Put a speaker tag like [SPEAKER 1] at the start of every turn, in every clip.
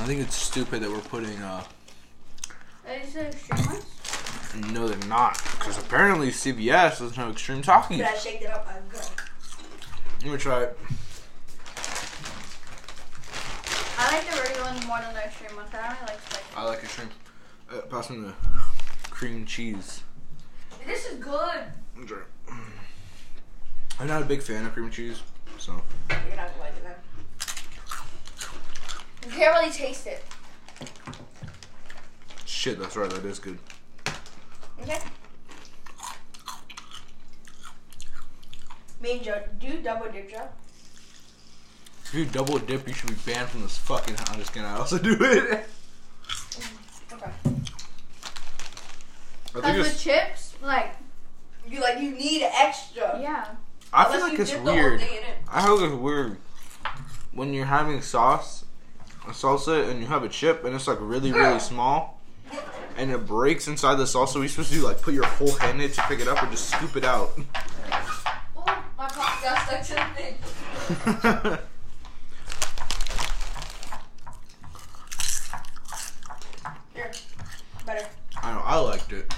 [SPEAKER 1] I think it's stupid that we're putting. Uh,
[SPEAKER 2] Are these the extreme ones?
[SPEAKER 1] no, they're not, because apparently CBS doesn't have extreme talkies.
[SPEAKER 2] Could I shake it up? I'm good.
[SPEAKER 1] Let me try it.
[SPEAKER 2] I like the regular ones more than the extreme ones. I don't really like spicy.
[SPEAKER 1] I like extreme. Uh, pass me the cream cheese.
[SPEAKER 2] This is good.
[SPEAKER 1] I'm sorry. I'm not a big fan of cream cheese, so
[SPEAKER 2] You're not going to them. You can't really taste it.
[SPEAKER 1] shit. That's right. That is good.
[SPEAKER 2] Okay. Me and Joe, do you double dip, Joe?
[SPEAKER 1] If you double dip, you should be banned from this fucking. I'm just gonna also do it.
[SPEAKER 2] Okay.
[SPEAKER 1] I think
[SPEAKER 3] Cause with
[SPEAKER 1] it's.
[SPEAKER 3] chips, like
[SPEAKER 2] You like you need extra.
[SPEAKER 3] yeah,
[SPEAKER 1] I
[SPEAKER 2] Unless
[SPEAKER 1] feel like
[SPEAKER 2] you
[SPEAKER 1] it's
[SPEAKER 2] dip the whole
[SPEAKER 1] weird.
[SPEAKER 2] thing in it.
[SPEAKER 1] I feel like it's weird when you're having sauce, a salsa, and you have a chip, and it's like really, really small, and it breaks inside the salsa. Are you supposed to do, like put your whole hand in it to pick it up, or just scoop it out?
[SPEAKER 2] Oh, my cock got stuck to the thing. Here, better.
[SPEAKER 1] I know, I liked it.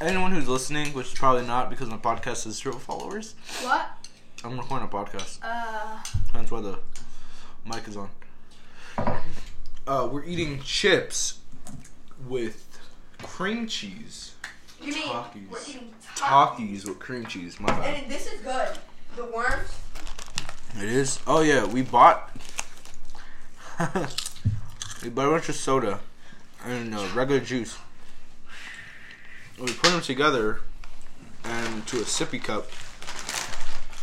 [SPEAKER 1] Anyone who's listening, which is probably not because my podcast has zero followers,
[SPEAKER 3] what?
[SPEAKER 1] I'm recording a podcast.
[SPEAKER 3] Uh,
[SPEAKER 1] That's why the mic is on. Uh, we're eating chips with cream cheese.
[SPEAKER 2] You mean
[SPEAKER 1] Takis.
[SPEAKER 2] we're eating tacos?
[SPEAKER 1] Takis with cream cheese, my bad.
[SPEAKER 2] And this is good. The worms.
[SPEAKER 1] It is? Oh, yeah, we bought. we bought a bunch of soda and uh, regular juice. We put them together and to a sippy cup.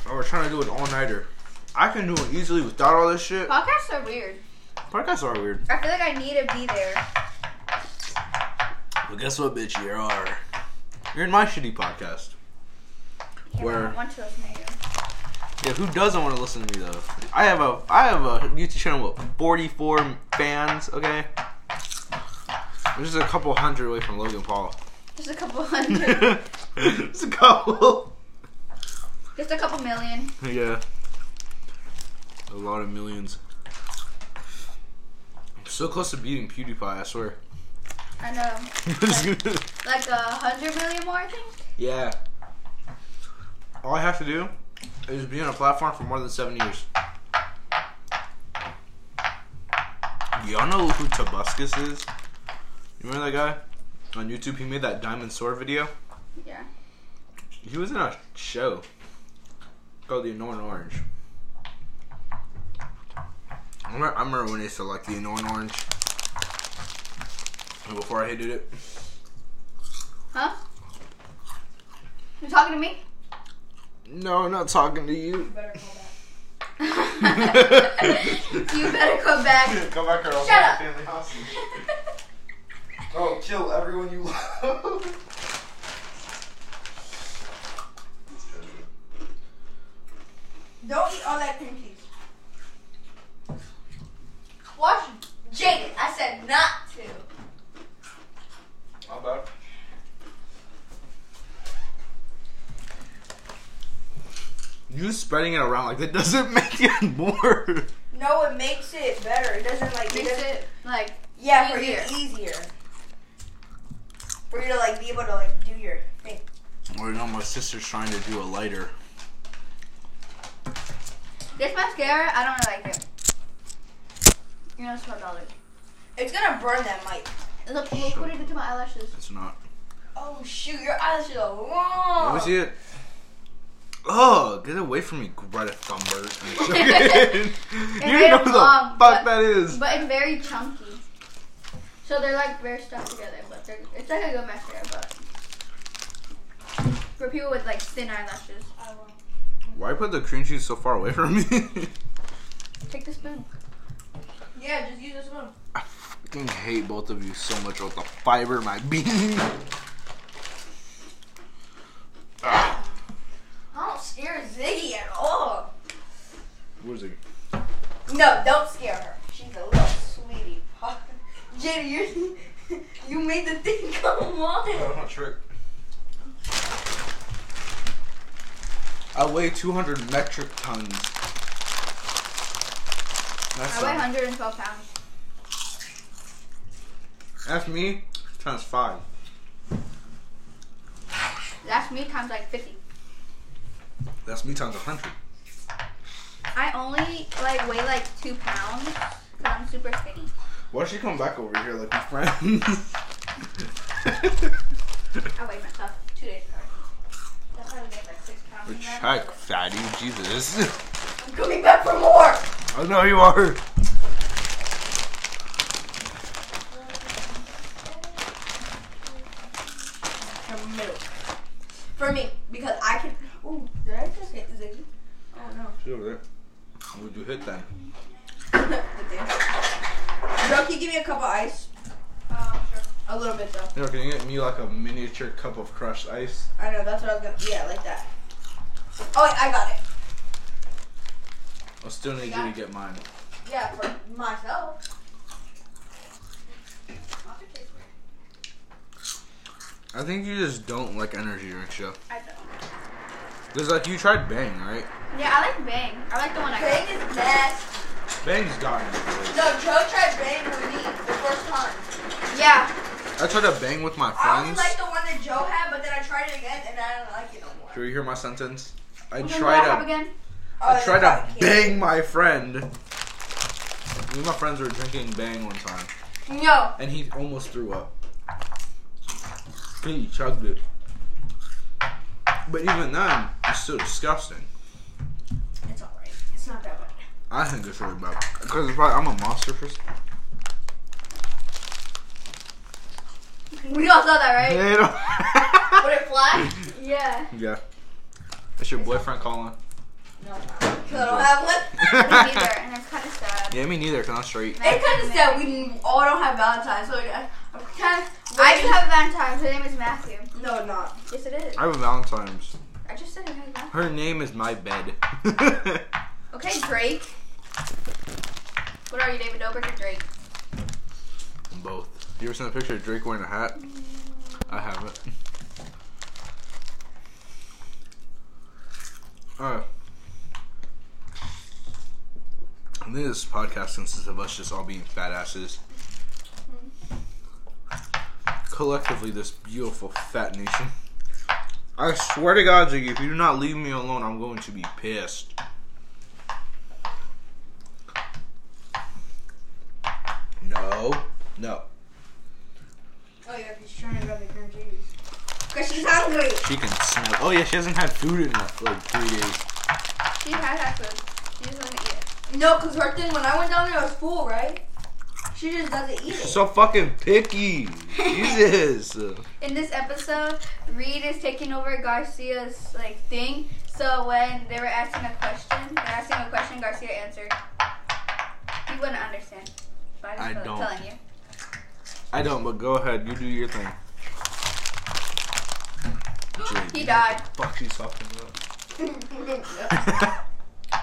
[SPEAKER 1] And we're trying to do an all nighter. I can do it easily without all this shit.
[SPEAKER 3] podcasts are weird.
[SPEAKER 1] Podcasts are weird.
[SPEAKER 3] I feel like I need to be there.
[SPEAKER 1] But guess what, bitch? You are. You're in my shitty podcast.
[SPEAKER 3] Yeah,
[SPEAKER 1] Where-
[SPEAKER 3] I want to listen to you.
[SPEAKER 1] Yeah, who doesn't want to listen to me though? I have a I have a YouTube channel with 44 fans. Okay, I'm just a couple hundred away from Logan Paul.
[SPEAKER 3] Just a couple hundred,
[SPEAKER 1] it's a couple.
[SPEAKER 3] just a couple million.
[SPEAKER 1] Yeah, a lot of millions. I'm so close to beating PewDiePie. I swear.
[SPEAKER 3] I know, like a hundred million more. I think.
[SPEAKER 1] yeah. All I have to do is be on a platform for more than seven years. Y'all know who Tabuscus is? You remember that guy? On YouTube, he made that diamond sword video.
[SPEAKER 3] Yeah.
[SPEAKER 1] He was in a show called The Annoying Orange. I remember, I remember when I used to like The Annoying Orange. And Before I hated it.
[SPEAKER 3] Huh? You talking to me?
[SPEAKER 1] No, I'm not talking to
[SPEAKER 2] You
[SPEAKER 1] you.
[SPEAKER 2] better go back.
[SPEAKER 3] you better go back.
[SPEAKER 1] Come back here. I'll
[SPEAKER 3] Shut up.
[SPEAKER 1] Stanley hostage. Oh, kill everyone you love.
[SPEAKER 2] Don't eat all that cream cheese. Watch Jaden. I said not to.
[SPEAKER 1] My bad. You spreading it around like that doesn't make it more.
[SPEAKER 2] No, it makes it better. It doesn't like
[SPEAKER 3] Makes
[SPEAKER 2] doesn't-
[SPEAKER 3] it like
[SPEAKER 2] Yeah, for you
[SPEAKER 3] easier.
[SPEAKER 2] easier. For you to like be able to like do your thing.
[SPEAKER 1] Or no, my sister's trying to do a lighter.
[SPEAKER 3] this mascara. I don't really like it. You know, it's twelve dollars.
[SPEAKER 2] It's gonna burn that mic.
[SPEAKER 3] Look, look what it did to my eyelashes.
[SPEAKER 1] It's not.
[SPEAKER 2] Oh shoot, your eyes are long.
[SPEAKER 1] Let me see it. Oh, get away from me, Greta Thunberg. I'm joking. you
[SPEAKER 3] made
[SPEAKER 1] know
[SPEAKER 3] it
[SPEAKER 1] who the
[SPEAKER 3] long,
[SPEAKER 1] fuck
[SPEAKER 3] but-
[SPEAKER 1] that is.
[SPEAKER 3] But it's very chunky. So they're like very stuck together, but they're, it's like a good mascara, but for people with like thin eyelashes.
[SPEAKER 2] I will.
[SPEAKER 1] Why put the cream cheese so far away from me?
[SPEAKER 3] Take the spoon.
[SPEAKER 2] Yeah, just use this one.
[SPEAKER 1] I fucking hate both of you so much with the fiber in my bean. Ah,
[SPEAKER 2] I don't scare Ziggy at all.
[SPEAKER 1] where's it?
[SPEAKER 2] No, don't scare her. She's a little sweetie pie. Jenny, you you made the thing come on.
[SPEAKER 1] a trick. I weigh 200 metric tons. That's uh,
[SPEAKER 3] I weigh
[SPEAKER 1] not-
[SPEAKER 3] 112 pounds.
[SPEAKER 1] that's me times five.
[SPEAKER 3] That's me times like 50.
[SPEAKER 1] That's me times a hundred.
[SPEAKER 3] I only like weigh like two pounds because I'm super skinny.
[SPEAKER 1] Why don't you come back over here like my friend?
[SPEAKER 3] I weighed myself two days ago. That's why I weighed like six pounds. in that.
[SPEAKER 1] Check, fatty, Jesus.
[SPEAKER 2] I'm coming back for more.
[SPEAKER 1] I know you are.
[SPEAKER 2] For milk. For me, because I can. Ooh, did I just hit Ziggy? Oh no.
[SPEAKER 1] She over there. Would you hit that?
[SPEAKER 2] Bro, can you give me a cup of ice?
[SPEAKER 3] Um, sure.
[SPEAKER 2] A little bit though.
[SPEAKER 1] Yo, can you get me like a miniature cup of crushed ice?
[SPEAKER 2] I know, that's what I was gonna. Yeah, like that. Oh, wait, I got it.
[SPEAKER 1] I still need you to get mine.
[SPEAKER 2] Yeah, for myself.
[SPEAKER 1] I think you just don't like energy drinks, yo.
[SPEAKER 3] I don't.
[SPEAKER 1] Cause like you tried Bang, right?
[SPEAKER 3] Yeah, I like Bang. I like the one I got.
[SPEAKER 2] Bang is nasty.
[SPEAKER 1] Bang's gotten. it.
[SPEAKER 2] No, Joe tried Bang with me the first time.
[SPEAKER 3] Yeah.
[SPEAKER 1] I tried to bang with my
[SPEAKER 2] I only
[SPEAKER 1] friends.
[SPEAKER 2] liked the one that Joe had, but then I tried it again and I don't like it no more.
[SPEAKER 1] Do you hear my sentence? I
[SPEAKER 3] Okay,
[SPEAKER 1] tried
[SPEAKER 3] what I have
[SPEAKER 1] to
[SPEAKER 3] again?
[SPEAKER 1] I
[SPEAKER 2] Oh,
[SPEAKER 1] tried
[SPEAKER 2] that's
[SPEAKER 1] to
[SPEAKER 2] not cute.
[SPEAKER 1] bang my friend. Me and my friends were drinking bang one time,
[SPEAKER 3] No.
[SPEAKER 1] and he almost threw up. He chugged it. But even then, it's still disgusting.
[SPEAKER 2] It's alright. It's not that bad.
[SPEAKER 1] I think it's really bad because it's probably I'm a monster for.
[SPEAKER 3] We all saw that, right?
[SPEAKER 1] Hey,
[SPEAKER 2] Would it fly?
[SPEAKER 3] Yeah.
[SPEAKER 1] no. yeah, that's your boyfriend calling.
[SPEAKER 2] no, because I don't have one.
[SPEAKER 3] Me neither, and it's kind of sad.
[SPEAKER 1] yeah, me neither. Cause I'm straight.
[SPEAKER 2] It's kind of sad we all don't have Valentine's, so I- I'm kind of.
[SPEAKER 3] I do have a Valentine's. Her name is Matthew.
[SPEAKER 2] No, not.
[SPEAKER 3] Yes, it is.
[SPEAKER 1] I have a Valentine's.
[SPEAKER 3] I just said her name is Matthew.
[SPEAKER 1] Her name is my bed.
[SPEAKER 3] Okay, Drake. What are you, David Dobrik or Drake?
[SPEAKER 1] Both. You ever seen a picture of Drake wearing a hat? I haven't. Alright. I think this podcast consists of us just all being badasses. Collectively, this beautiful fat nation. I swear to God, Ziggy, if you do not leave me alone, I'm going to be pissed. No. No.
[SPEAKER 2] Oh yeah, she's trying to grab the cream cheese. Cause she's hungry.
[SPEAKER 1] She can smell. Oh yeah, she hasn't had food in like, like three days.
[SPEAKER 3] She has that food. She just doesn't eat it.
[SPEAKER 2] No, cause her thing when I went down there it was full, Oh, right? She just doesn't eat
[SPEAKER 1] She's
[SPEAKER 2] it.
[SPEAKER 1] so fucking picky. Jesus.
[SPEAKER 3] In this episode, Reed is taking over Garcia's like thing. So when they were asking a question, they're asking a question, Garcia answered. You wouldn't understand. So I, just
[SPEAKER 1] I
[SPEAKER 3] feel like
[SPEAKER 1] don't.
[SPEAKER 3] Telling you.
[SPEAKER 1] I don't. But go ahead. You do your thing. Jake,
[SPEAKER 3] He
[SPEAKER 1] you
[SPEAKER 3] died.
[SPEAKER 1] Fuck you talking about.
[SPEAKER 2] Mm-hmm.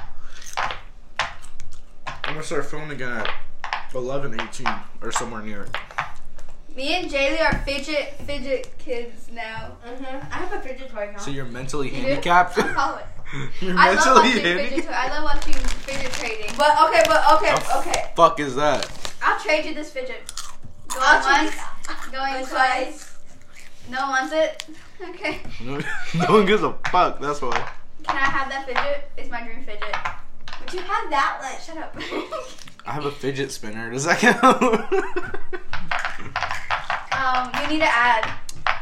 [SPEAKER 1] I'm gonna start filming again at 11:18 or somewhere near it.
[SPEAKER 3] Me and Jaylee are fidget fidget kids now.
[SPEAKER 2] Mhm. I have a fidget toy now.
[SPEAKER 1] So you're mentally
[SPEAKER 3] You do?
[SPEAKER 1] handicapped.
[SPEAKER 3] I follow it.
[SPEAKER 1] you're
[SPEAKER 3] I love watching
[SPEAKER 1] mentally
[SPEAKER 3] fidget.
[SPEAKER 1] handicapped.
[SPEAKER 3] Tra- I love watching fidget trading. But
[SPEAKER 2] but okay, but okay,
[SPEAKER 1] Oh.
[SPEAKER 2] okay.
[SPEAKER 1] Fuck is that?
[SPEAKER 3] I'll trade you this fidget. Going
[SPEAKER 2] I'll trade
[SPEAKER 3] once, going
[SPEAKER 2] Going
[SPEAKER 3] twice. No one wants it. Okay.
[SPEAKER 1] No, no one gives a fuck. That's why.
[SPEAKER 3] Can I have that fidget? It's my dream fidget.
[SPEAKER 2] But you have that one.
[SPEAKER 3] Shut up.
[SPEAKER 1] I have a fidget spinner. Does that count?
[SPEAKER 3] um, you need to add.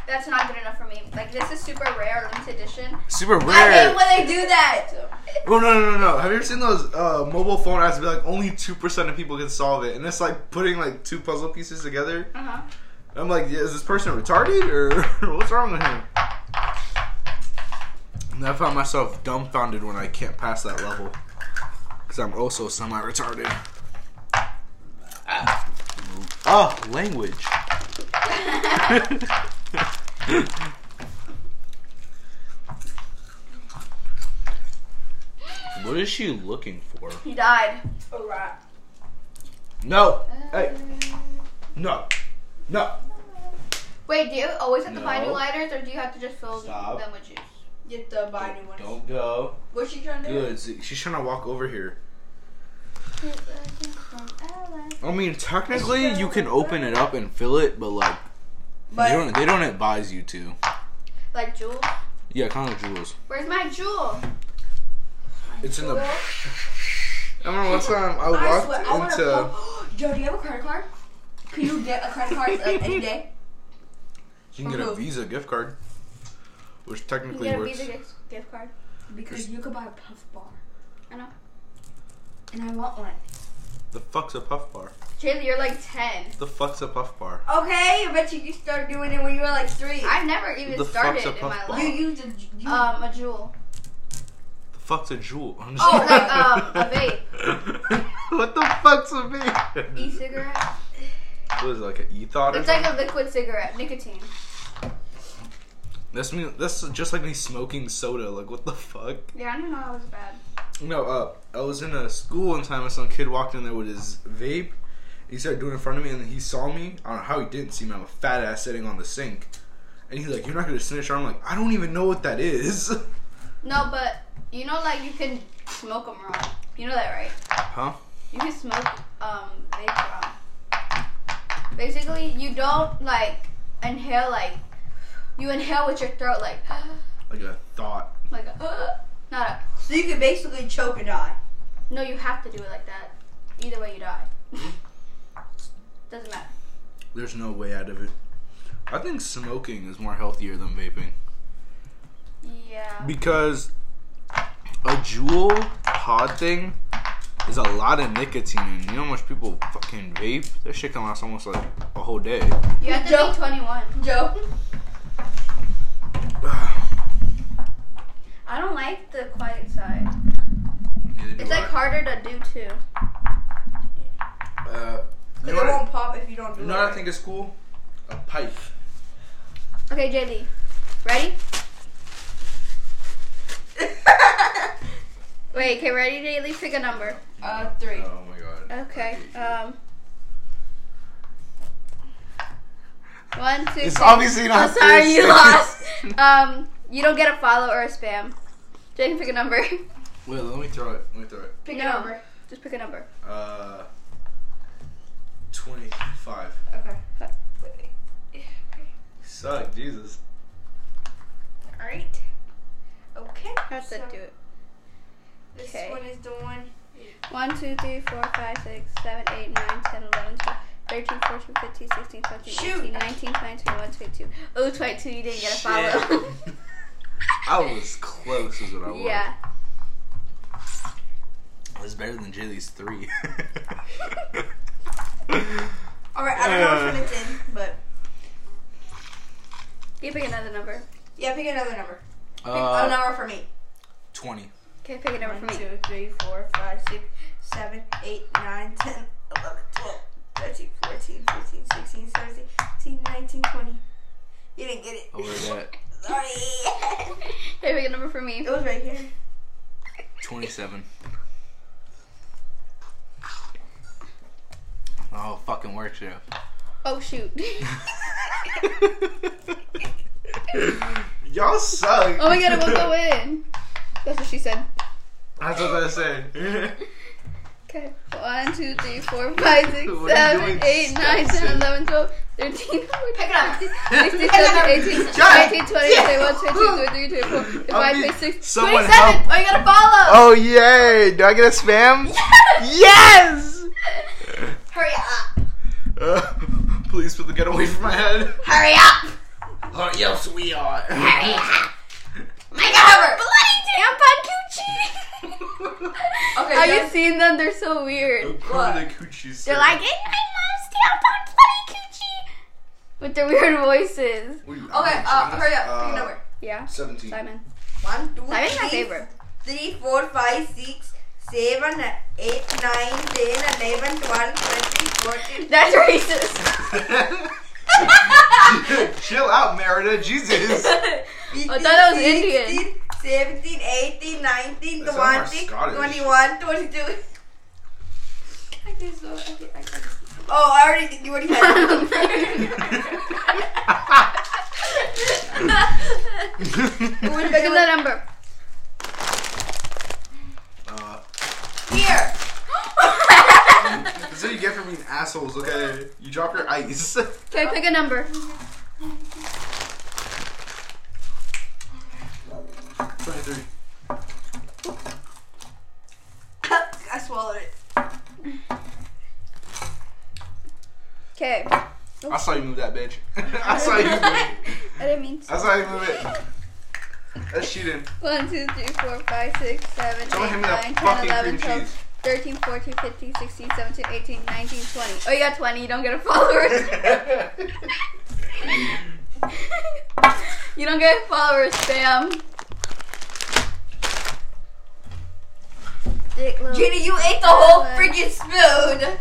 [SPEAKER 3] That's not good enough for me. Like this is super rare, limited edition.
[SPEAKER 1] Super
[SPEAKER 2] I
[SPEAKER 1] rare.
[SPEAKER 2] hate when they do that.
[SPEAKER 1] Oh no no no no! Have you ever seen those uh, mobile phone apps? Be like only two percent of people can solve it, and it's like putting like two puzzle pieces together.
[SPEAKER 3] Uh huh.
[SPEAKER 1] I'm like, yeah, is this person retarded or what's wrong with him? And I found myself dumbfounded when I can't pass that level because I'm also semi-retarded. Ah. Oh, language. what is she looking for?
[SPEAKER 3] He died.
[SPEAKER 2] A rat.
[SPEAKER 1] No. Hey. No. No.
[SPEAKER 3] Wait, do you always have to buy new
[SPEAKER 1] No.
[SPEAKER 3] lighters, or do you have to just fill
[SPEAKER 1] Stop.
[SPEAKER 3] them with juice?
[SPEAKER 2] Get the buy new one.
[SPEAKER 1] Don't go.
[SPEAKER 2] What's she trying to do?
[SPEAKER 1] Good. She's trying to walk over here. I mean, technically, you can open it up and fill it, but like they don't they don't advise you to.
[SPEAKER 3] Like Jewel?
[SPEAKER 1] Yeah, kind of jewels.
[SPEAKER 3] Where's my Jewel?
[SPEAKER 1] It's in the.
[SPEAKER 2] Well,
[SPEAKER 1] I remember last time I
[SPEAKER 2] I
[SPEAKER 1] walked
[SPEAKER 2] swear, I want
[SPEAKER 1] into.
[SPEAKER 2] to. Joe, do you have a credit card? Can you get a credit card like, any day?
[SPEAKER 1] you can get a Visa gift card, which
[SPEAKER 3] You
[SPEAKER 1] technically
[SPEAKER 3] get a
[SPEAKER 1] works.
[SPEAKER 3] Visa gift, gift card.
[SPEAKER 2] Because you could buy a puff bar.
[SPEAKER 3] I know.
[SPEAKER 2] And I want one.
[SPEAKER 1] The fuck's a puff bar?
[SPEAKER 3] Jaylee, you're like 10.
[SPEAKER 1] The fuck's a puff bar?
[SPEAKER 2] Okay, I bet you, you started doing it when you were like three.
[SPEAKER 3] I've never even
[SPEAKER 1] The fuck's
[SPEAKER 3] started
[SPEAKER 1] a
[SPEAKER 3] in my
[SPEAKER 1] puffball?
[SPEAKER 2] you
[SPEAKER 3] life.
[SPEAKER 2] used a. You,
[SPEAKER 3] Um, a Jewel.
[SPEAKER 1] The fuck's a jewel? I'm
[SPEAKER 3] Oh, like, um, a
[SPEAKER 1] vape. what the fuck's a vape?
[SPEAKER 3] E-cigarette.
[SPEAKER 1] What is it, like an e-thought or
[SPEAKER 3] It's
[SPEAKER 1] something?
[SPEAKER 3] like a liquid cigarette, nicotine.
[SPEAKER 1] That's me. That's just like me smoking soda. Like what the fuck?
[SPEAKER 3] Yeah, I didn't know that was bad.
[SPEAKER 1] No, uh, I was in a school one time and some kid walked in there with his vape. He started doing it in front of me and he saw me. I don't know how he didn't see me. I'm a fat ass sitting on the sink. And he's like, You're not gonna snitch. I'm like, I don't even know what that is.
[SPEAKER 3] No, but you know, like you can smoke them wrong. You know that, right?
[SPEAKER 1] Huh?
[SPEAKER 3] You can smoke um vape wrong. Basically, you don't like inhale like you inhale with your throat like
[SPEAKER 1] Like a thought.
[SPEAKER 3] like a, not a.
[SPEAKER 2] so you could basically choke and die.
[SPEAKER 3] No, you have to do it like that. Either way, you die. Doesn't matter.
[SPEAKER 1] There's no way out of it. I think smoking is more healthier than vaping.
[SPEAKER 3] Yeah.
[SPEAKER 1] Because a jewel pod thing is a lot of nicotine and you know how much people fucking vape? That shit can last almost like a whole day.
[SPEAKER 3] You have to
[SPEAKER 2] Joe.
[SPEAKER 3] be 21.
[SPEAKER 2] Joe,
[SPEAKER 3] I don't like the quiet side.
[SPEAKER 1] Neither do
[SPEAKER 3] It's like
[SPEAKER 1] I.
[SPEAKER 3] harder to do too.
[SPEAKER 1] Uh, you
[SPEAKER 2] it
[SPEAKER 1] know what I-
[SPEAKER 2] won't pop if you don't do
[SPEAKER 1] you know
[SPEAKER 2] it.
[SPEAKER 1] what I think is cool? A pipe.
[SPEAKER 3] Okay, JD. Ready? Wait, okay, ready, JD? Pick a number.
[SPEAKER 2] uh, three.
[SPEAKER 1] Oh my god.
[SPEAKER 3] Okay. Um. One, two.
[SPEAKER 1] It's
[SPEAKER 3] three.
[SPEAKER 1] obviously not
[SPEAKER 3] I'm sorry,
[SPEAKER 1] three,
[SPEAKER 3] you
[SPEAKER 1] six.
[SPEAKER 3] lost. Um, you don't get a follow or a spam. Jaden, pick a number.
[SPEAKER 1] Wait, let me throw it. Let me throw it.
[SPEAKER 2] Pick
[SPEAKER 3] No.
[SPEAKER 2] a number.
[SPEAKER 3] Just pick a number.
[SPEAKER 1] Uh, 25.
[SPEAKER 2] Okay.
[SPEAKER 1] Suck, Jesus.
[SPEAKER 2] Alright. Okay.
[SPEAKER 3] That's
[SPEAKER 2] so
[SPEAKER 3] it. Do it.
[SPEAKER 2] This
[SPEAKER 3] Okay.
[SPEAKER 2] one is the one.
[SPEAKER 3] One, two, three, four, five, six, seven, eight, nine, ten, eleven, twelve, thirteen, fourteen, fifteen, sixteen, seventeen,
[SPEAKER 2] Shoot.
[SPEAKER 3] eighteen, nineteen, twenty, twenty-one, twenty-two. Oh, twenty-two. You didn't get a follow.
[SPEAKER 1] Shit. Oh, I was close, is what I was.
[SPEAKER 3] yeah.
[SPEAKER 1] It was better than Jilly's three.
[SPEAKER 2] Alright, I don't know
[SPEAKER 1] Uh.
[SPEAKER 2] which one it's in, but.
[SPEAKER 3] You pick another number.
[SPEAKER 2] Yeah, pick another number. Pick
[SPEAKER 3] Oh,
[SPEAKER 2] a
[SPEAKER 1] uh,
[SPEAKER 2] number for me.
[SPEAKER 1] 20.
[SPEAKER 3] Okay, pick a number for
[SPEAKER 2] One,
[SPEAKER 3] me.
[SPEAKER 2] two, three, four, five, six, seven, eight, nine, 10, 11, 12, 13, 14, 15, 16, 17, 18, 19, 20. You didn't get it.
[SPEAKER 1] Over Oh, that.
[SPEAKER 2] Sorry.
[SPEAKER 3] Hey, pick a number for me.
[SPEAKER 2] it was right here.
[SPEAKER 1] 27. Oh, fucking works, yeah.
[SPEAKER 3] Oh shoot.
[SPEAKER 1] Y'all suck.
[SPEAKER 3] Oh my god, it won't go in. That's what she said.
[SPEAKER 1] That's what I said.
[SPEAKER 3] Okay. One, two, three, four, five, six,
[SPEAKER 1] What are you
[SPEAKER 3] seven,
[SPEAKER 1] doing,
[SPEAKER 3] eight, nine, ten,
[SPEAKER 1] Stetson?
[SPEAKER 3] eleven, twelve, thirteen, fourteen,
[SPEAKER 2] Pick it up.
[SPEAKER 3] fifteen,
[SPEAKER 2] up.
[SPEAKER 3] sixteen, seventeen,
[SPEAKER 1] Shut up.
[SPEAKER 3] eighteen, nineteen, twenty, twenty-one, twenty-two, twenty-three, twenty-four,
[SPEAKER 1] I'll
[SPEAKER 3] twenty-five,
[SPEAKER 1] be-
[SPEAKER 3] twenty-six,
[SPEAKER 1] someone
[SPEAKER 3] twenty-seven.
[SPEAKER 1] help.
[SPEAKER 3] Oh, you gotta follow.
[SPEAKER 1] oh yay! Do I get a spam? Yes!
[SPEAKER 2] Hurry up.
[SPEAKER 1] Uh, please put the gun away from my head.
[SPEAKER 2] Hurry up.
[SPEAKER 1] Or else we are.
[SPEAKER 2] Make a number.
[SPEAKER 3] Bloody tampon coochie.
[SPEAKER 2] Okay,
[SPEAKER 3] Have you
[SPEAKER 2] guys.
[SPEAKER 3] seen them? They're so weird.
[SPEAKER 1] Cover the coochies.
[SPEAKER 3] They're like, "Hey, my mom's tampon, bloody coochie," with their weird voices.
[SPEAKER 2] Okay, uh, hurry up. Pick a number.
[SPEAKER 3] Yeah.
[SPEAKER 1] Uh, Seventeen.
[SPEAKER 3] Simon.
[SPEAKER 2] One, two,
[SPEAKER 3] Simon's my
[SPEAKER 2] three,
[SPEAKER 3] favorite.
[SPEAKER 2] three, four, five, six, seven, eight, nine, ten, eleven, twelve, thirteen, fourteen.
[SPEAKER 3] That's racist.
[SPEAKER 1] Chill out, Merida. Jesus. Uh,
[SPEAKER 2] oh,
[SPEAKER 3] I thought that was Indian.
[SPEAKER 2] 16, 17, 18, 19,
[SPEAKER 1] That sounds more
[SPEAKER 2] 20,
[SPEAKER 1] Scottish.
[SPEAKER 2] 21, 22. I guess so. Okay, I guess. Oh, I already think you already had it.
[SPEAKER 3] Look at that number.
[SPEAKER 1] uh,
[SPEAKER 2] Here.
[SPEAKER 1] you get for being assholes. Look at it. You drop your ice.
[SPEAKER 3] Okay, pick a number.
[SPEAKER 1] Twenty-three.
[SPEAKER 2] I swallowed it.
[SPEAKER 3] Okay.
[SPEAKER 4] I saw you move that bitch.
[SPEAKER 1] I saw you.
[SPEAKER 3] I
[SPEAKER 1] move
[SPEAKER 3] didn't mean
[SPEAKER 1] I
[SPEAKER 3] to.
[SPEAKER 1] saw you move it. That's cheating.
[SPEAKER 3] One, two, three, four, five, six, seven,
[SPEAKER 1] Someone hand me
[SPEAKER 3] eight,
[SPEAKER 1] that
[SPEAKER 3] nine,
[SPEAKER 1] fucking
[SPEAKER 3] 10, 11,
[SPEAKER 1] cream
[SPEAKER 3] 12,
[SPEAKER 1] cheese.
[SPEAKER 3] 13, 14, 15, 16, 17, 18, 19, 20. Oh, you got 20. You don't get a follower. you don't get followers, spam. Dick little-
[SPEAKER 2] Gina, you ate the whole
[SPEAKER 3] Seven.
[SPEAKER 2] freaking spoon.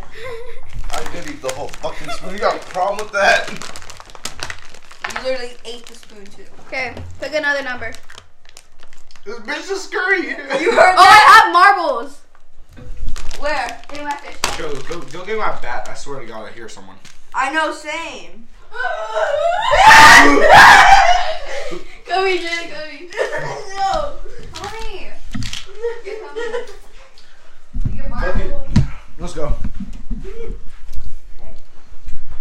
[SPEAKER 1] I did eat the whole fucking spoon. You got a problem with that?
[SPEAKER 2] You literally ate the spoon too.
[SPEAKER 3] okay, pick another number.
[SPEAKER 1] This bitch is scurry.
[SPEAKER 2] You heard
[SPEAKER 3] Oh,
[SPEAKER 2] that?
[SPEAKER 3] I have marbles.
[SPEAKER 2] Where?
[SPEAKER 3] In my fish.
[SPEAKER 4] Yo, go, go get my bat. I swear to God, I hear someone.
[SPEAKER 2] I know, same.
[SPEAKER 3] Come here, Jen. Come here. No. Come here. You come here. You get marbles.
[SPEAKER 4] Let's go.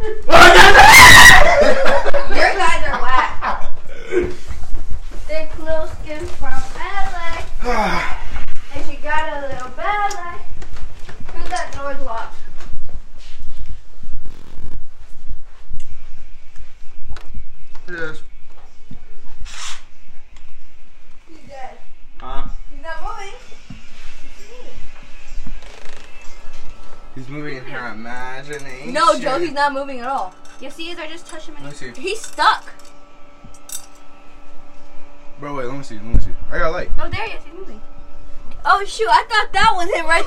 [SPEAKER 3] Your guys are whack. Thick little skin from LA. And she got a little belly. Who's that door's locked?
[SPEAKER 1] yes.
[SPEAKER 2] He's dead.
[SPEAKER 4] Huh?
[SPEAKER 2] He's not moving.
[SPEAKER 1] He's moving in her imagination.
[SPEAKER 3] No, Joe, he's not moving at all. Yes, he is. I just touched him and
[SPEAKER 4] Let me see.
[SPEAKER 3] he's stuck.
[SPEAKER 4] Bro, wait, let me see. Let me see. I got a light.
[SPEAKER 3] No, there he is. He's moving. Oh shoot! I thought that was him right.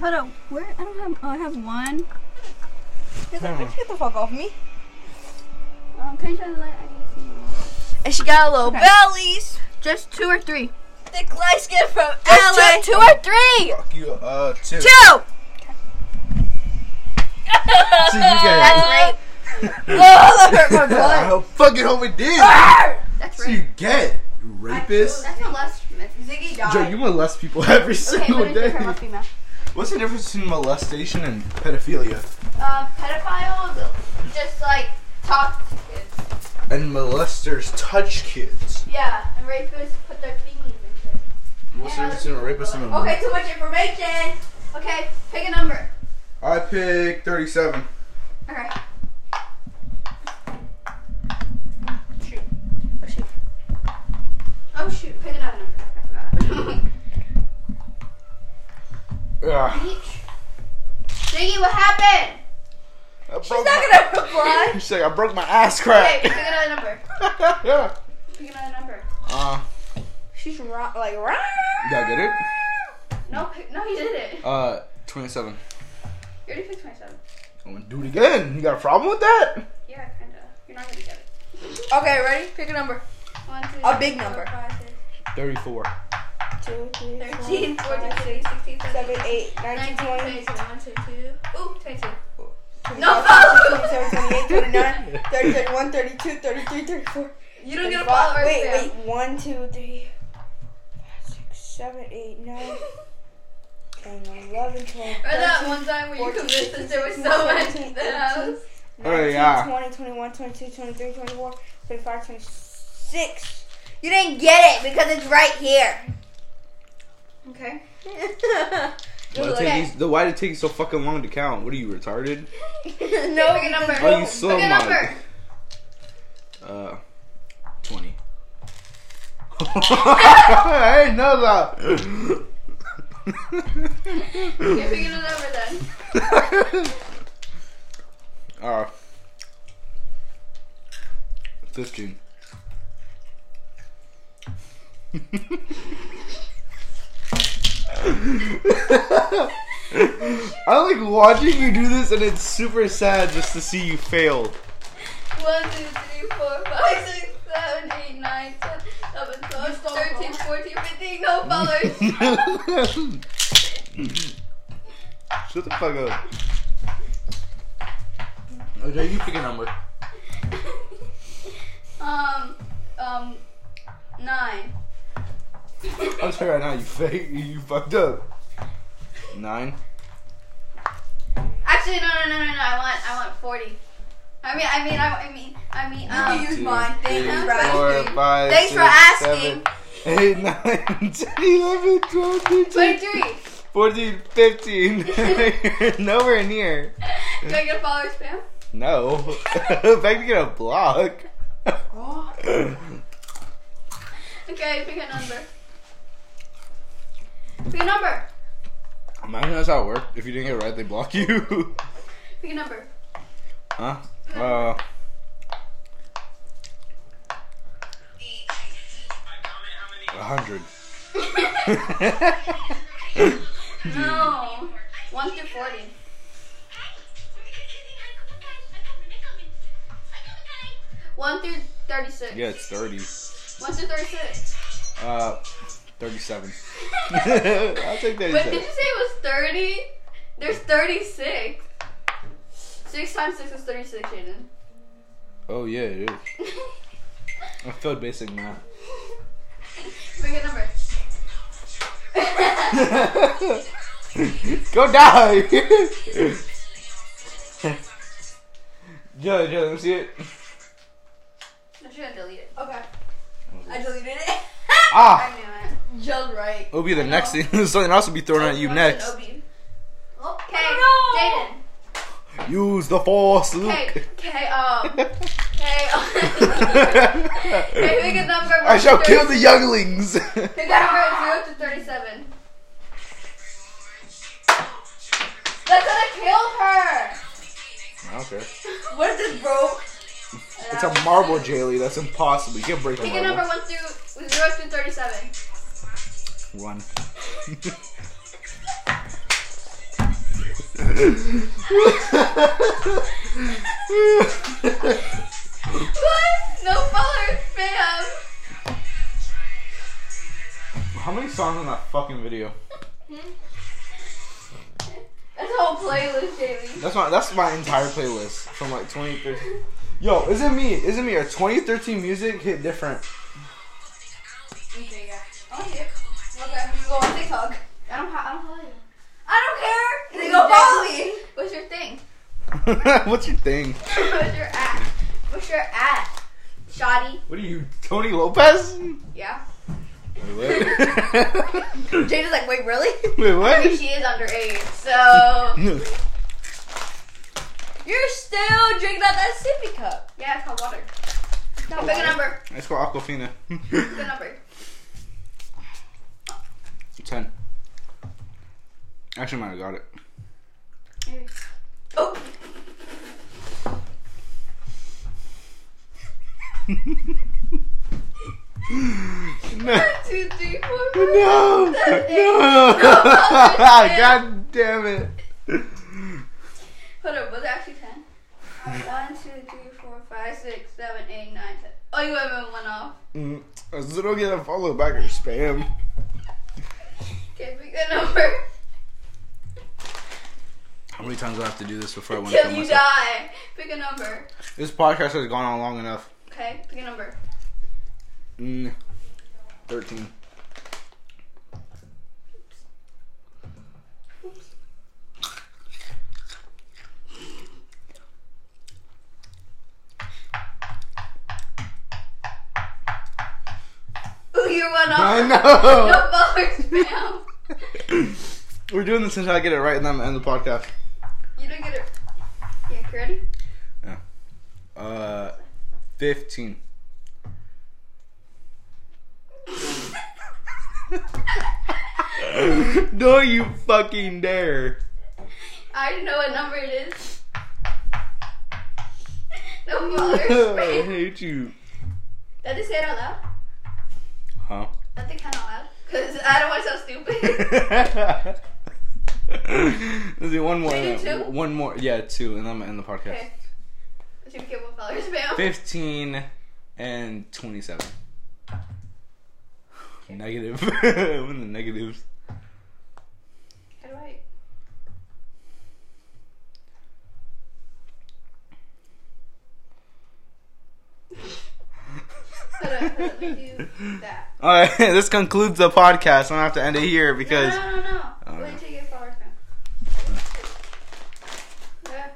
[SPEAKER 3] Hold on. Where? I don't have. Oh, I have one.
[SPEAKER 2] He's like, bitch, get the fuck off me.
[SPEAKER 3] Um, can you turn the light? I can see you.
[SPEAKER 2] And she got a little bellies.
[SPEAKER 3] Just two or three.
[SPEAKER 2] Thick light skin from
[SPEAKER 3] Just
[SPEAKER 2] LA.
[SPEAKER 3] two, two or three.
[SPEAKER 1] Fuck you, uh, too.
[SPEAKER 2] Two.
[SPEAKER 1] See, you guys.
[SPEAKER 3] Uh, That's
[SPEAKER 2] Oh, that hurt
[SPEAKER 1] I
[SPEAKER 2] my butt.
[SPEAKER 1] hope, fucking hope it did.
[SPEAKER 3] That's
[SPEAKER 1] So you get you rapist.
[SPEAKER 3] That's not less.
[SPEAKER 2] Ziggy died.
[SPEAKER 1] Joe, you molest people every
[SPEAKER 3] Okay,
[SPEAKER 1] single
[SPEAKER 3] but
[SPEAKER 1] day.
[SPEAKER 3] it's from a female.
[SPEAKER 1] What's the difference between molestation and pedophilia?
[SPEAKER 3] Uh, pedophiles just like talk to kids.
[SPEAKER 1] And molesters touch kids.
[SPEAKER 3] Yeah, and rapists put their fingers in shit.
[SPEAKER 1] What's the
[SPEAKER 3] And
[SPEAKER 1] difference between a
[SPEAKER 3] other
[SPEAKER 1] rapist and
[SPEAKER 3] people
[SPEAKER 1] a
[SPEAKER 3] go like,
[SPEAKER 1] molester?
[SPEAKER 3] Okay, too much information. Okay, pick a number.
[SPEAKER 1] I pick 37.
[SPEAKER 3] Alright.
[SPEAKER 2] Shoot.
[SPEAKER 3] Oh shoot. Oh shoot, pick another number. I
[SPEAKER 1] Ugh.
[SPEAKER 3] forgot. Ziggy, what happened?
[SPEAKER 1] I broke
[SPEAKER 2] She's
[SPEAKER 1] my-
[SPEAKER 2] not gonna reply.
[SPEAKER 1] She's like, I broke my ass
[SPEAKER 3] Okay,
[SPEAKER 1] crack.
[SPEAKER 3] pick another number.
[SPEAKER 1] yeah.
[SPEAKER 3] Pick another number.
[SPEAKER 1] Uh,
[SPEAKER 2] She's ro- like, rah.
[SPEAKER 4] Y'all get it?
[SPEAKER 3] No, pick, no, you did it. You
[SPEAKER 4] Uh, 27.
[SPEAKER 3] already picked 27.
[SPEAKER 1] I'm gonna do it again. You got a problem with that?
[SPEAKER 3] Yeah, kinda. You're not gonna get it.
[SPEAKER 2] Okay, ready? Pick a number.
[SPEAKER 3] One, two,
[SPEAKER 2] A big
[SPEAKER 3] three, four,
[SPEAKER 2] number.
[SPEAKER 3] five, six,
[SPEAKER 4] 34.
[SPEAKER 2] Two, three,
[SPEAKER 3] 13, 14, 15, 16, 17,
[SPEAKER 2] seven, eight, nineteen,
[SPEAKER 3] 19,
[SPEAKER 2] twenty.
[SPEAKER 3] 20, 21, 22. Ooh, 22.
[SPEAKER 2] 32,
[SPEAKER 3] You don't get a follower.
[SPEAKER 2] Wait,
[SPEAKER 3] Sam.
[SPEAKER 2] wait. 1, 2, 3, 5, 6, 7, 8, 9, 10, 11, 12,
[SPEAKER 3] Or that
[SPEAKER 2] 13,
[SPEAKER 3] one time where you
[SPEAKER 2] 14,
[SPEAKER 3] convinced us there was
[SPEAKER 2] 15,
[SPEAKER 3] so much
[SPEAKER 2] 17,
[SPEAKER 3] in the house.
[SPEAKER 2] 19,
[SPEAKER 4] Oh, yeah.
[SPEAKER 2] 20, 21, 22, 23, 24, 25, 26. You didn't get it because it's right here.
[SPEAKER 3] Okay.
[SPEAKER 4] Why did it
[SPEAKER 3] Okay.
[SPEAKER 4] take you- the- why did it take you so fucking long to count? What are you, retarded?
[SPEAKER 2] no,
[SPEAKER 3] pick a number.
[SPEAKER 4] Oh, you slow
[SPEAKER 3] pick a
[SPEAKER 4] mind.
[SPEAKER 3] number.
[SPEAKER 4] Uh, 20. I ain't know
[SPEAKER 3] Okay,
[SPEAKER 4] that.
[SPEAKER 3] pick a number then.
[SPEAKER 4] uh, 15.
[SPEAKER 1] I like watching you do this, and it's super sad just to see you fail.
[SPEAKER 3] One, two, three, four, five, six, seven, eight, nine, ten, eleven, twelve, thirteen, fourteen, fifteen. No followers.
[SPEAKER 1] Shut the fuck up.
[SPEAKER 4] Okay, you pick a number.
[SPEAKER 3] um, um, nine.
[SPEAKER 1] I'm sorry right now, you fake. You fucked up.
[SPEAKER 4] Nine.
[SPEAKER 3] Actually, no, no, no, no, no. I want, I want forty. I mean, I mean, I, I mean, I mean.
[SPEAKER 2] can
[SPEAKER 3] Um,
[SPEAKER 2] use mine. Thank you for
[SPEAKER 1] four,
[SPEAKER 2] asking.
[SPEAKER 1] five,
[SPEAKER 3] Thanks
[SPEAKER 1] six,
[SPEAKER 3] for asking.
[SPEAKER 1] seven, eight, nine, 10, 11, 12, 13,
[SPEAKER 3] Twenty-three.
[SPEAKER 1] 14, 15. You're Nowhere near.
[SPEAKER 3] Do I get a follower spam?
[SPEAKER 1] No. Back to get a block.
[SPEAKER 2] Oh,
[SPEAKER 3] Okay, pick a number. Pick a number.
[SPEAKER 1] Imagine that's how it worked. If you didn't get it right, they block you.
[SPEAKER 3] Pick a number.
[SPEAKER 1] huh? Uh, a hundred.
[SPEAKER 3] No. One through forty. One through thirty-six.
[SPEAKER 1] yeah, it's thirty.
[SPEAKER 3] One through thirty-six.
[SPEAKER 1] Uh, thirty-seven. I'll take
[SPEAKER 3] Wait, did you
[SPEAKER 1] thirty-seven.
[SPEAKER 3] say it was thirty? There's thirty-six. Six times six is thirty-six, Jaden.
[SPEAKER 1] Oh yeah, it is. I failed basic math.
[SPEAKER 3] Pick a number.
[SPEAKER 1] Go die. Joe, Joe, let me see it.
[SPEAKER 3] I'm just gonna delete it.
[SPEAKER 2] okay. I deleted it.
[SPEAKER 1] Ah,
[SPEAKER 3] I knew it.
[SPEAKER 2] Joe right.
[SPEAKER 1] it'll be the next thing. Something else will be thrown at you next.
[SPEAKER 3] Okay,
[SPEAKER 2] I
[SPEAKER 3] Oh, Jaden.
[SPEAKER 1] Use the force,
[SPEAKER 3] Okay,
[SPEAKER 1] Luke.
[SPEAKER 3] okay, um, okay. okay, pick a number.
[SPEAKER 1] I shall kill the
[SPEAKER 3] Pick
[SPEAKER 1] younglings.
[SPEAKER 3] a number zero to thirty-seven. That's gonna kill her.
[SPEAKER 1] okay.
[SPEAKER 2] What is this, bro?
[SPEAKER 1] It's a marble jelly. That's impossible. You can't break a
[SPEAKER 3] Pick a number
[SPEAKER 1] marble.
[SPEAKER 3] one through zero through thirty-seven.
[SPEAKER 1] One.
[SPEAKER 3] What? No followers, fam.
[SPEAKER 1] How many songs on that fucking video?
[SPEAKER 3] That's a whole playlist, Jamie.
[SPEAKER 1] That's my that's my entire playlist from like 2013. Yo, is it me? Is it me? Or 2013 music hit different?
[SPEAKER 3] Okay, yeah. Oh, yeah. Okay, you go on TikTok. I don't, ha- I don't follow you. I don't care.
[SPEAKER 2] They go follow me.
[SPEAKER 3] What's your thing?
[SPEAKER 1] What's your thing?
[SPEAKER 3] What's your at? What's your at? Shoddy.
[SPEAKER 1] What are you, Tony Lopez?
[SPEAKER 3] Yeah.
[SPEAKER 1] Wait, what?
[SPEAKER 3] Jade is like, wait, really?
[SPEAKER 1] Wait,
[SPEAKER 3] I mean,
[SPEAKER 1] what?
[SPEAKER 3] she is underage, so
[SPEAKER 1] No.
[SPEAKER 3] you're still drinking out that sippy cup. Yeah, it's called water. No, pick a number.
[SPEAKER 1] Let's go Aquafina.
[SPEAKER 3] Pick a number.
[SPEAKER 1] Ten. Actually, might have got it.
[SPEAKER 3] Maybe.
[SPEAKER 2] Oh,
[SPEAKER 1] No.
[SPEAKER 3] Two, three, four.
[SPEAKER 1] No! No! God damn it!
[SPEAKER 3] Hold up, was it actually ten?
[SPEAKER 1] Mm-hmm.
[SPEAKER 3] One, two, three, four, five, six, seven, eight, nine, ten. Oh, you went with one off.
[SPEAKER 1] Mm, I was literally gonna follow back or spam.
[SPEAKER 3] Okay, pick a number.
[SPEAKER 1] How many times do I have to do this before I want to
[SPEAKER 3] Till
[SPEAKER 1] kill
[SPEAKER 3] you
[SPEAKER 1] myself?
[SPEAKER 3] die. Pick a number.
[SPEAKER 1] This podcast has gone on long enough.
[SPEAKER 3] Okay, pick a number.
[SPEAKER 1] Mm, 13.
[SPEAKER 3] Ooh, you're one off.
[SPEAKER 1] I
[SPEAKER 3] No
[SPEAKER 1] know!
[SPEAKER 3] followers, fam.
[SPEAKER 1] We're doing this until I get it right and then I'm gonna end the podcast.
[SPEAKER 3] You don't get it. Yeah, you ready?
[SPEAKER 1] Uh, 15. no, you fucking dare.
[SPEAKER 3] I know what number it is. No
[SPEAKER 1] I
[SPEAKER 3] followers.
[SPEAKER 1] hate you.
[SPEAKER 3] Did they say it out loud?
[SPEAKER 1] Huh?
[SPEAKER 3] That they kind of loud. Cause I don't want to sound stupid.
[SPEAKER 1] Let's do one more.
[SPEAKER 3] Can I do two?
[SPEAKER 1] One more. Yeah, two, and I'm gonna end the podcast.
[SPEAKER 3] okay. Let's see if we get one followers, fam.
[SPEAKER 1] 15 and 27. Negative. I'm in the negatives.
[SPEAKER 3] How do I? Hold on, hold on, let me do that.
[SPEAKER 1] Alright, this concludes the podcast. I'm gonna have to end it here
[SPEAKER 3] No,
[SPEAKER 1] because.
[SPEAKER 3] no, no, no.
[SPEAKER 1] Oh,
[SPEAKER 3] Wait
[SPEAKER 1] no.
[SPEAKER 3] till you get followers, fam. Ugh.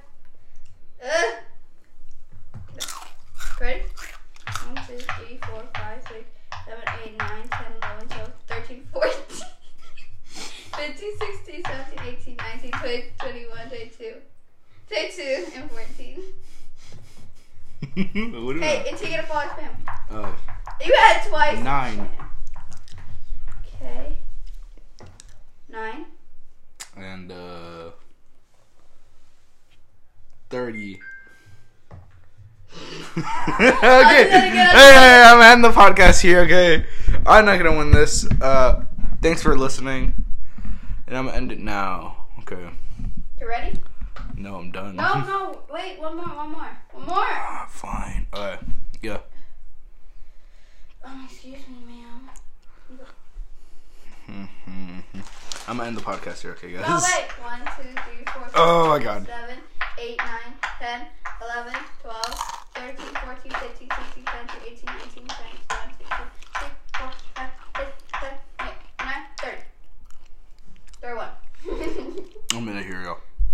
[SPEAKER 3] Uh, Ready? 1, 2, 3, 4, 5, 6, 7, 8, 9, 10, 11, 12, 13, 14, 15, 16, 17, 18, 19, 20, 21, 22, 22, and 14.
[SPEAKER 1] what is
[SPEAKER 3] Hey, it's you get a false spam.
[SPEAKER 1] Oh,
[SPEAKER 3] You had it twice.
[SPEAKER 1] Nine.
[SPEAKER 3] Okay. Nine.
[SPEAKER 1] and uh, thirty.
[SPEAKER 5] okay. Hey, hey, I'm ending the podcast here. Okay, I'm not gonna win this. Uh, thanks for listening,
[SPEAKER 1] And I'm gonna end it now. Okay.
[SPEAKER 3] You ready?
[SPEAKER 1] No, I'm done.
[SPEAKER 3] No, no. Wait, one more, one more, one more.
[SPEAKER 1] Ah, Fine. Uh, yeah.
[SPEAKER 3] Um, excuse me, ma'am.
[SPEAKER 1] Mhm. I'm gonna end the podcast here. Okay,
[SPEAKER 3] No,
[SPEAKER 1] guys.
[SPEAKER 3] wait. One, two, three, four, five,
[SPEAKER 1] Oh my God.
[SPEAKER 3] six, seven, eight, nine, ten, eleven, twelve, thirteen, fourteen, fifteen, sixteen, seventeen, eighteen, nineteen, twenty, twenty-one, twenty-two, twenty-three, twenty-four, twenty-five, twenty-six, twenty-seven, twenty-eight, twenty-nine, thirty. Thirty-one.